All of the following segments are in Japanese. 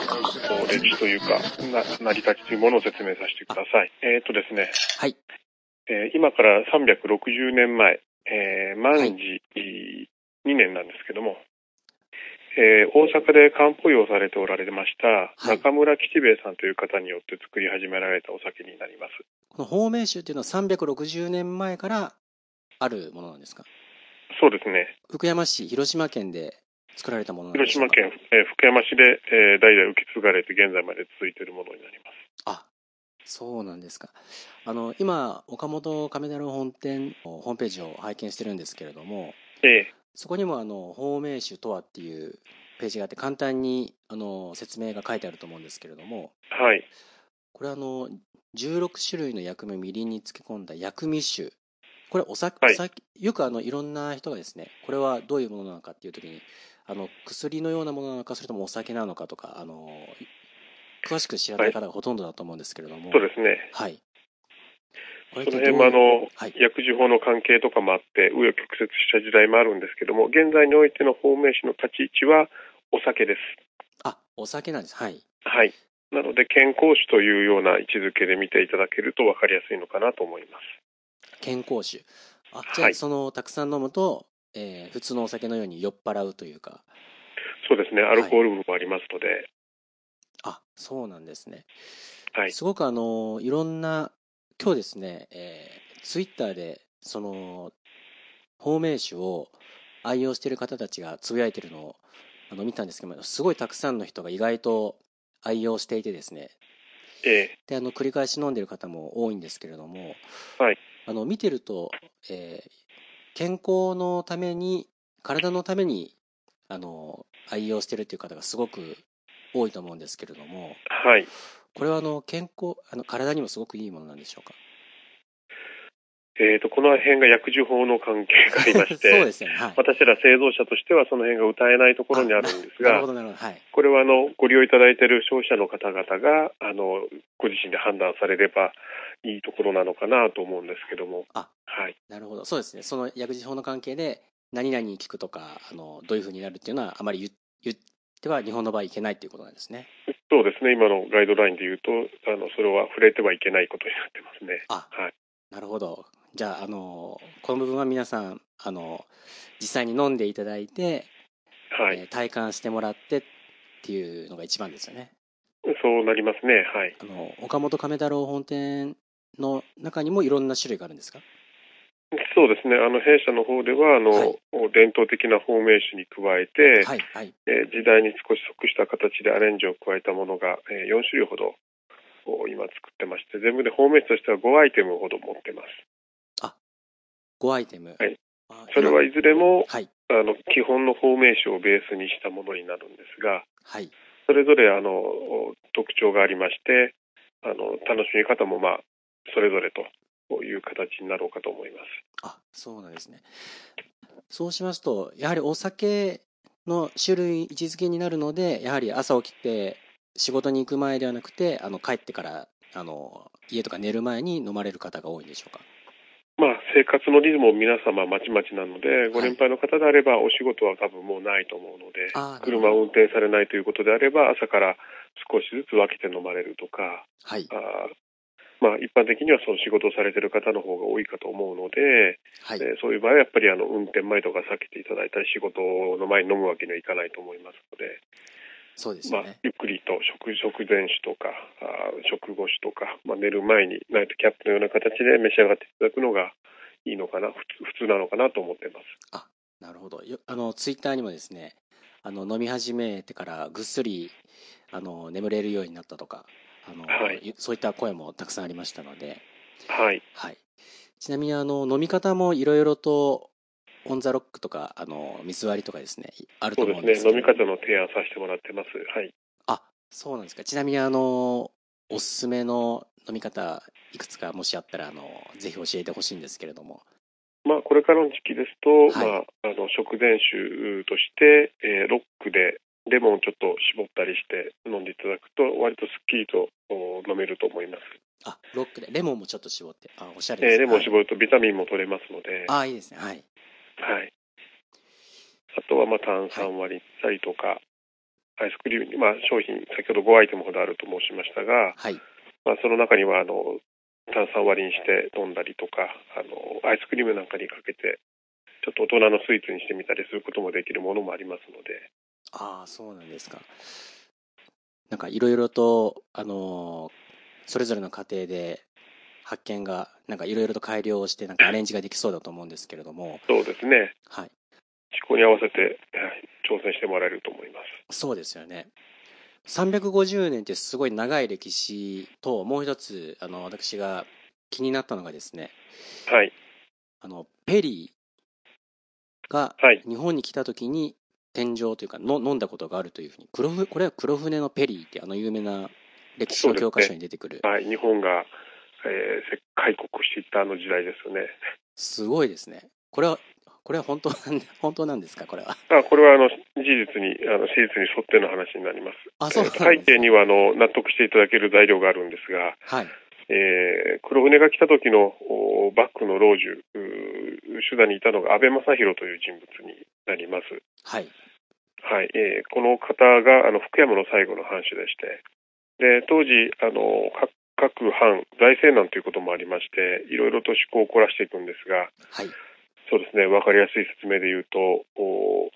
お歴史というか、な成り立ちというものを説明させてください。えーっ、とですね、はい。えー今から360年前、えー万事2年なんですけども、えー大阪で漢方湯をされておられましたはい中村吉兵衛さんという方によって作り始められたお酒になります。この芳名酒っていうのは360年前からあるものなんですかそうですね。福山市、広島県で作られたものなんで広しょう島か県、えー福山市で、えー代々受け継がれて現在まで続いているものになります。あそうなんですかあの今岡本亀太郎本店のホームページを拝見してるんですけれどもえそこにもあの「芳名酒とは」っていうページがあって簡単にあの説明が書いてあると思うんですけれどもーはい。これあの16種類の薬味をみりんに漬け込んだ薬味酒これお酒,、はいお酒よくあのいろんな人がですねこれはどういうものなのかっていう時にあの薬のようなものなのかそれともお酒なのかとかあの詳しく知らない方がほとんどだと思うんですけれども、そうですね。はい。こその辺もあの、はい薬事法の関係とかもあって、紆余曲折した時代もあるんですけども、現在においての方名詞の立ち位置はお酒です。あ、お酒なんです。はい。はい。なので、健康酒というような位置づけで見ていただけると分かりやすいのかなと思います。健康酒。あ、じゃはあ、いその、たくさん飲むと、えー普通のお酒のように酔っ払うというか。そうですね。アいルコール分もありますので、あ、そうなんですね。はい。すごくあの、いろんな、今日ですね、えツイッター Twitter で、その、芳名酒を愛用している方たちがつぶやいてるのを、あの、見たんですけども、すごいたくさんの人が意外と愛用していてですね、ええであの繰り返し飲んでる方も多いんですけれども、はいあの見てると、えー健康のために体のためにあの愛用してるっていう方がすごく多いと思うんですけれどもはい。これはあの健康あの体にもすごくいいものなんでしょうかえーと、この辺が薬事法の関係がありまし そうて、ですよねはい私ら製造者としてはその辺が歌えないところにあるんですなるがほ、どなるほどはいこれはあのご利用いただいている消費者の方々があのご自身で判断されればいいところなのかなと思うんですけども、あはい、なるほどそうですねその薬事法の関係で何々に効くとかあのどういうふうになるっていうのはあまり言言っては日本の場合いけないっていうことなんですねそうですね、今のガイドラインで言うとあの、それは触れてはいけないことになってますね。あ、はいなるほど。じゃあ、あの、この部分は皆さん、あの、実際に飲んでいただいて、はい、えー体感してもらってっていうのが一番ですよね。そうなりますね、はい、あの、岡本亀太郎本店の中にもいろんな種類があるんですかそうですね、あの弊社の方ではあの、はい伝統的な芳名酒に加えて、はい、はい。えー時代に少し即した形でアレンジを加えたものが、え4種類ほどお今作ってまして、全部で芳名酒としては5アイテムほど持ってます。 5アイテム。はいあそれはいずれもはい、あの基本のフォーメーションをベースにしたものになるんですがはい。それぞれあの特徴がありましてあの楽しみ方もまあそれぞれという形になろうかと思います。あ、そうなんですね。そうしますと、やはりお酒の種類位置づけになるので、やはり朝起きて仕事に行く前ではなくて、あの帰ってからあの家とか寝る前に飲まれる方が多いんでしょうか。まあ、生活のリズムも皆様まちまちなのでご年配の方であればお仕事は多分もうないと思うのであー車を運転されないということであれば朝から少しずつ分けて飲まれるとかはいあー、まあ、一般的にはその仕事をされている方の方が多いかと思うのではい。えーそういう場合はやっぱりあの運転前とか避けていただいたり仕事の前に飲むわけにはいかないと思いますので、そうですまよあね、。ゆっくりと食食前酒とかあー食後酒とか、まあ、寝る前にナイトキャップのような形で召し上がっていただくのがいいのかな普通普通なのかなと思ってます。なるほど。よあのツイッターにもですね、あの飲み始めてからぐっすりあの眠れるようになったとか、あの、はいいそういった声もたくさんありましたので、はい、はい。ちなみにあの飲み方もいろいろとオンザロックとかあの水割りとかですねあるとそう思でうんすでねすけど。飲み方の提案させてもらってます。はい、あそうなんですか。ちなみにあのおすすめの飲み方いくつかもしあったらあのぜひ教えてほしいんですけれども。まあ、これからの時期ですと、まあ、はあの食前酒として、えーロックでレモンをちょっと絞ったりして飲んでいただくと割とすっきりとお飲めると思います。あロックでレモンもちょっと絞ってあおしゃれです、えーレね。モンをはい絞るとビタミンも取れますので、はい、あいいですね。はい。あとはまあ炭酸割りしたりとか、アイスクリームに、まあ、商品、先ほど5アイテムほどあると申しましたが、はい。まあ、その中にはあの炭酸割りにして飲んだりとかあのアイスクリームなんかにかけてちょっと大人のスイーツにしてみたりすることもできるものもありますのでああ、そうなんですか。なんかいろいろと、あのーそれぞれの家庭で発見が、なんかいろいろと改良をして、なんかアレンジができそうだと思うんですけれども、そうですねはい。思考に合わせて、はい挑戦してもらえると思いますそうですよね。350年ってすごい長い歴史と、もう一つ、あの、私が気になったのがですね、はいあの、ペリーがはい日本に来た時に天井というかの飲んだことがあるというふうに黒ふこれは黒船のペリーってあの有名な歴史の教科書に出てくるはい日本が、えー、開国していったあの時代ですよねすごいですねこれはこれは本当 なん本当なんですかこれはあこれはあの事実にあの史実に沿っての話になりますあそうなんです背景にはあの納得していただける材料があるんですがはいえー黒船が来た時のおバックの老中うー手段にいたのが安倍正弘という人物になります、はいはいえーこの方があの福山の最後の藩主でしてで当時あの各各藩財政難ということもありましていろいろと趣向を凝らしていくんですがはいそうですね分かりやすい説明で言うとお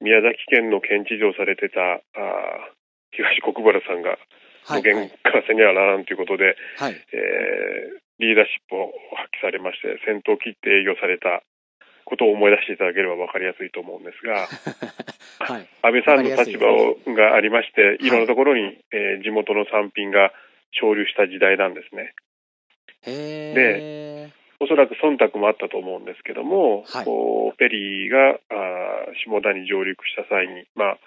宮崎県の県知事をされてたあー東国原さんがはい無はい限からせにはならんということで、はいえーリーダーシップを発揮されまして先頭を切って営業されたことを思い出していただければ分かりやすいと思うんです が はい安倍さんの立場をがありましていいろんなところに、えー地元の産品が潮流した時代なんですねへえおそらく忖度もあったと思うんですけども、はいこうペリーがあー下田に上陸した際に、まあ、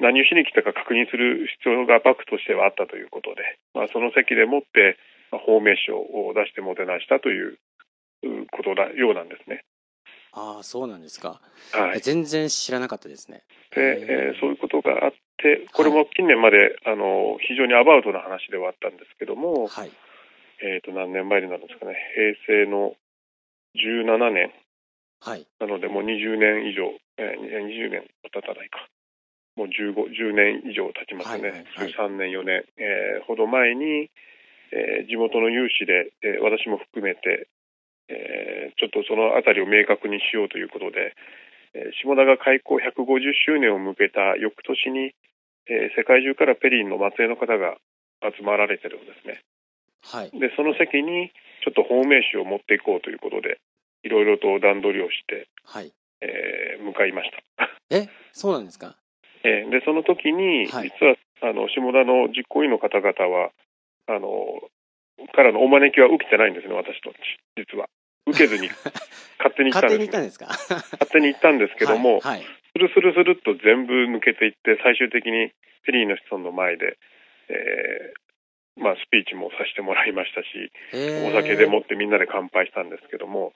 何をしに来たか確認する必要が幕府としてはあったということで、まあ、その席でもって、まあ、芳名書を出してもてなしたといううことだようなんですね。ああそうなんですかはい、全然知らなかったですねで、えーそうういうことがあってこれも近年まで、あの非常にアバウトな話ではあったんですけども、はいえー、と何年前になるんですかね平成の17年はいなので、もう20年以上、えー、20年は経たないか、もう15、10年以上経ちますね、はいはいはい13年、4年、えーほど前に、えー地元の有志で、えー私も含めて、えーちょっとそのあたりを明確にしようということで、えー下田が開港150周年を向けた翌年に、えー世界中からペリーの末裔の方が集まられてるんですね。はいでその席にちょっと芳名酒を持っていこうということで、いろいろと段取りをして、はいえー向かいました、 えそうなんですかえーでその時に、はい実はあの下田の実行委員の方々はあのからのお招きは受けてないんですね私と実は受けず に勝手に行った勝んです、手に行ったんね、ですか勝手に行ったんですけども、はいはいスルスルスルっと全部抜けていって最終的にペリーの子孫の前で、えーまあ、スピーチもさせてもらいましたしへおー酒 でもってみんなで乾杯したんですけども、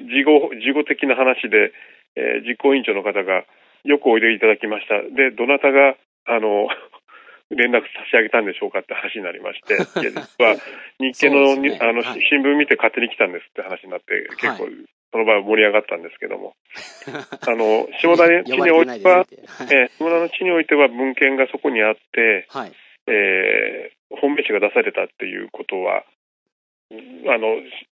事後事後的な話で、えー実行委員長の方が、よくおいでいただきました、で、どなたがあの 連絡差し上げたんでしょうかって話になりま して、いや実は日経の,、そうですねあのはい新聞見て勝手に来たんですって話になって、結構、はその場は盛り上がったんですけども、あの下田の 地においては、てないですねえー下田の地においては文献がそこにあって、はい。えー本命誌が出されたっていうことは、あの、し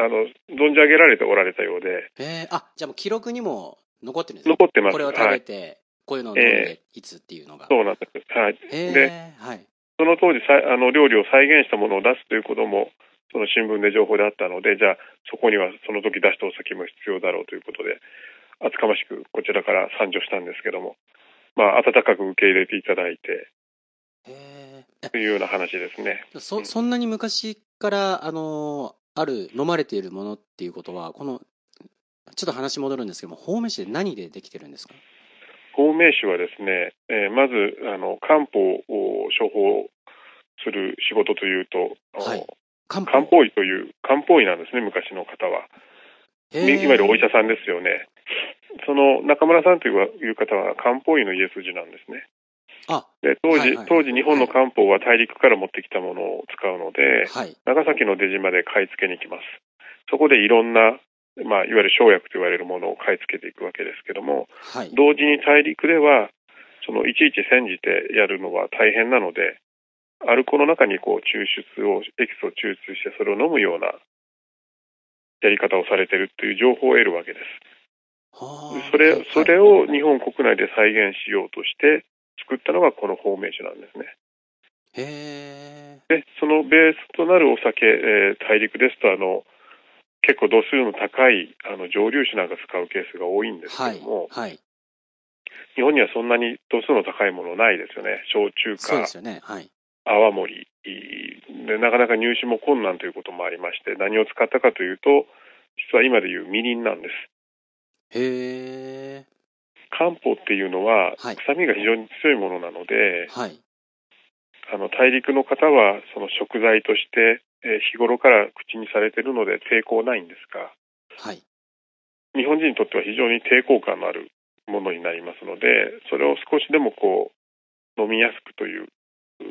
あの存じ上げられておられたようで、えー、あ、じゃあもう記録にも残ってるんですね残ってます。これを食はべい。て、こういうのを飲んで、いつっていうのが。そうなんです。はい。へでーはい。その当時、さあの料理を再現したものを出すということも、その新聞で情報であったので、じゃあ、そこにはその時出したお酒も必要だろうということで、厚かましくこちらから参上したんですけども、まあ、温かく受け入れていただいて、へというような話ですね。ーそ、そんなに昔から、あのーある、飲まれているものっていうことは、この、ちょっと話戻るんですけども、方面紙で何でできてるんですか芳名酒はですね、えーまずあの漢方を処方する仕事というと、あのはい漢漢方医という漢方医なんですね昔の方は、へいーわゆるお医者さんですよねその中村さんといういう方は漢方医の家筋なんですねあ、で当時、はいはい当時日本の漢方は大陸から持ってきたものを使うので、はい。長崎の出島で買い付けに行きますそこでいろんな、まあ、いわゆる生薬と言われるものを買い付けていくわけですけどもはい。同時に大陸では、そのいちいち煎じてやるのは大変なので、アルコールの中にこう抽出を、エキスを抽出してそれを飲むようなやり方をされてるっていう情報を得るわけです。はでそあはれいそれを日本国内で再現しようとして作ったのがこのフォーメーションなんですね。へえで、そのベースとなるお酒、えー大陸ですと、あの、結構度数の高いあの蒸留酒なんか使うケースが多いんですはけいども、はい日本にはそんなに度数の高いものないですよね。焼酎そうでかすよねはい泡盛で、なかなか入手も困難ということもありまして、何を使ったかというと、実は今でいうみりんなんです。へえ漢方っていうのは、はい臭みが非常に強いものなので、はいあの大陸の方はその食材として、えー日頃から口にされてるので抵抗ないんですが、はい日本人にとっては非常に抵抗感のあるものになりますので、それを少しでもこう飲みやすくという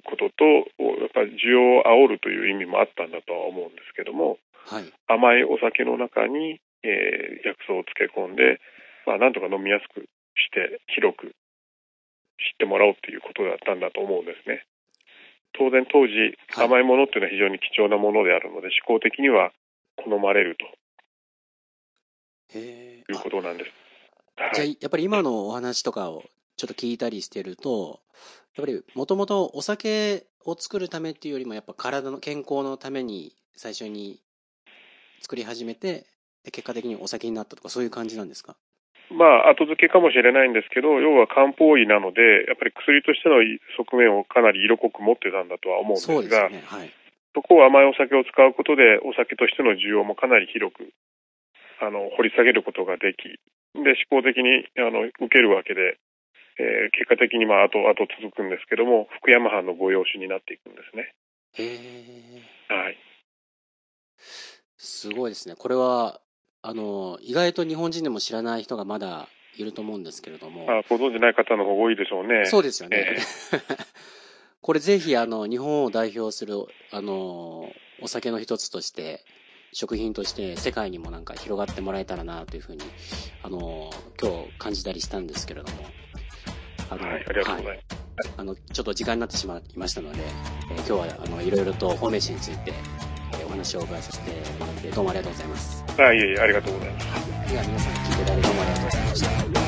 ことと、やっぱり需要を煽るという意味もあったんだとは思うんですけども、はい甘いお酒の中に、えー薬草を漬け込んで、まあ、なんとか飲みやすくして広く知ってもらおうっていうことだったんだと思うんですね当然当時はい甘いものっていうのは非常に貴重なものであるので、思考的には好まれるとへえいうことなんです、はじゃあい、やっぱり今のお話とかをちょっと聞いたりしてるとやっぱりもともとお酒を作るためっていうよりもやっぱ体の健康のために最初に作り始めてで結果的にお酒になったとかそういう感じなんですかまあ後付けかもしれないんですけど要は漢方医なのでやっぱり薬としての側面をかなり色濃く持ってたんだとは思うんですそがうですよねはいそこを甘いお酒を使うことで、お酒としての需要もかなり広く、あの、掘り下げることができ、で、思考的に、あの、受けるわけで、えー結果的に、まあ、あと、あと続くんですけども、福山藩の御用種になっていくんですね。へえはい。すごいですね。これは、あの、意外と日本人でも知らない人がまだいると思うんですけれども。まあ、ご存じない方の方が多いでしょうね。そうですよえ。ね これぜひ、あの、日本を代表する、あの、お酒の一つとして、食品として世界にもなんか広がってもらえたらなというふうに、あの、今日感じたりしたんですけれども。あのはい、ありがとうございます。あの、ちょっと時間になってしまいましたので、えー今日は、あの、いろいろと方面誌について、えーお話をお伺いさせてもらって、どうもありがとうございます。あ、いえいえ、ありがとうございます。では皆さん聞いていただいてどうもありがとうございました。